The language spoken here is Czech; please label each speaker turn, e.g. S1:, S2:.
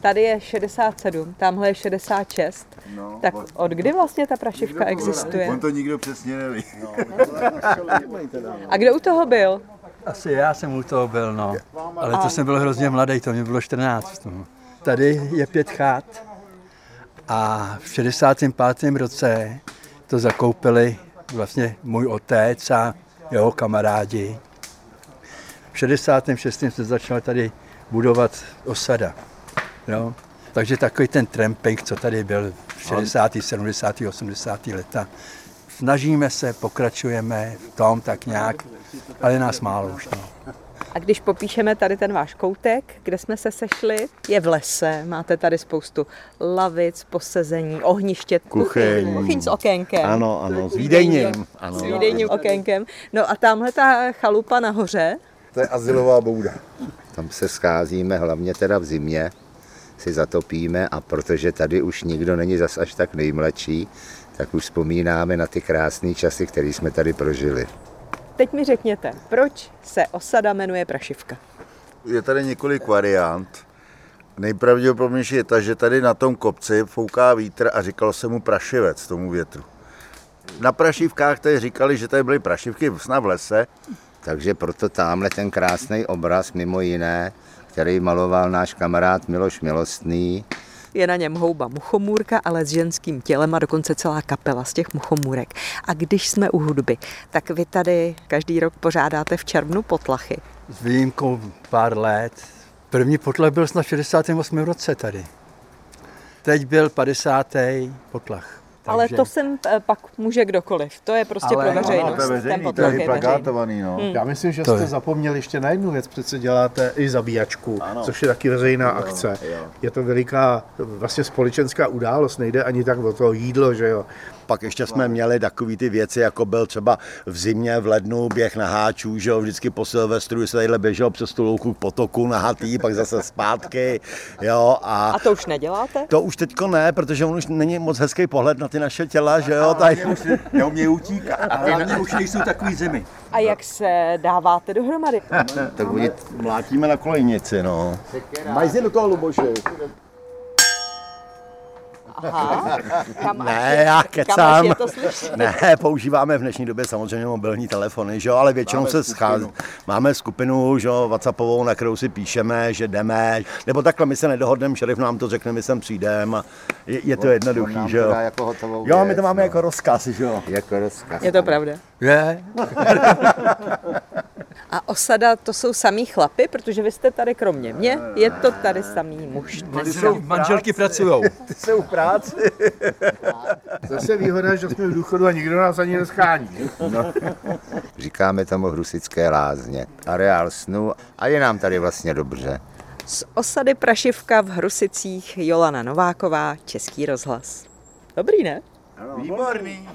S1: Tady je 67, tamhle je 66.
S2: No,
S1: Tak
S2: od-
S1: od kdy vlastně ta prašivka existuje?
S2: On to nikdo přesně neví.
S1: A kdo u toho byl?
S3: Asi já jsem u toho byl, no. Ale to jsem byl hrozně mladý, to mě bylo 14. No. Tady je pět chát a v 65. roce to zakoupili vlastně můj otec a jeho kamarádi. V 66. se začala tady budovat osada. Jo? Takže takový ten tramping, co tady byl v 60., 70., 80. leta. Snažíme se, pokračujeme v tom tak nějak, ale je nás málo už. No.
S1: A když popíšeme tady ten váš koutek, kde jsme se sešli, je v lese. Máte tady spoustu lavic, posezení, ohniště,
S2: Kuchyň.
S1: kuchyň s okénkem.
S2: Ano, ano, s Vídejněm. Ano.
S1: S výdejním okénkem. No a tamhle ta chalupa nahoře,
S4: To je azylová bouda.
S5: Tam se scházíme hlavně teda v zimě, si zatopíme a protože tady už nikdo není zas až tak nejmladší, tak už vzpomínáme na ty krásné časy, které jsme tady prožili.
S1: teď mi řekněte, proč se osada jmenuje Prašivka?
S2: Je tady několik variant. Nejpravděpodobnější je ta, že tady na tom kopci fouká vítr a říkalo se mu prašivec tomu větru. Na prašivkách tady říkali, že tady byly prašivky snad v lese.
S5: Takže proto tamhle ten krásný obraz, mimo jiné, který maloval náš kamarád Miloš Milostný,
S1: Je na něm houba muchomůrka, ale s ženským tělem a dokonce celá kapela z těch muchomůrek. A když jsme u hudby, tak vy tady každý rok pořádáte v červnu potlachy.
S3: S výjimkou pár let. První potlach byl snad v 68. roce tady. Teď byl 50. potlach.
S1: Ale to sem eh, pak může kdokoliv. To je prostě
S3: Ale-
S1: pro
S3: Ano, to je
S1: veřejnost. Ten
S2: to
S1: potlach
S2: je
S1: je veřejný.
S2: plakátovaný. No.
S4: Já myslím, že
S3: To
S4: jste
S3: je.
S4: zapomněli ještě na jednu věc. Přece děláte i zabíjačku, ano. což je taky veřejná ano, akce. Jo. Je to veliká vlastně společenská událost. Nejde ani tak o to jídlo, že jo.
S6: Pak ještě jsme měli takové ty věci, jako byl třeba v zimě, v lednu běh na háčů, že jo, vždycky po Silvestru se tadyhle běžel přes tu louku k potoku na hatý, pak zase zpátky, jo, a
S1: A to už neděláte?
S6: to už teďko ne, protože on už není moc hezký pohled na ty naše těla, že jo, tady.
S3: už neumějí utíkat. A hlavně už nejsou takový zimy.
S1: A jak se dáváte dohromady?
S6: Tak oni mlátíme na kolejnici, no.
S1: Aha, kam až,
S6: Ne, já
S1: kam až
S6: kecám.
S1: je to slyšet?
S6: Ne, používáme v dnešní době samozřejmě mobilní telefony, že jo, ale většinou se schází. Máme skupinu, že jo, WhatsAppovou, na kterou si píšeme, že jdeme, nebo takhle my se nedohodneme, šerif nám to řekne, my sem přijdeme. a Je, je to jednoduchý, že jo.
S5: Jako hotovou
S6: Jo, my
S5: věc,
S6: to máme
S5: no.
S6: jako rozkaz, že jo.
S5: jako rozkaz.
S1: Je to pravda.
S3: Je,
S1: A osada, to jsou samý chlapy, protože vy jste tady kromě mě, je to tady samý muž.
S3: manželky pracují.
S4: Zase výhoda, že jsme v důchodu a nikdo nás ani neschání.
S5: Říkáme tomu Hrusické lázně, areál snu a je nám tady vlastně dobře.
S1: Z osady Prašivka v Hrusicích Jolana Nováková, Český rozhlas. Dobrý, ne?
S2: Výborný.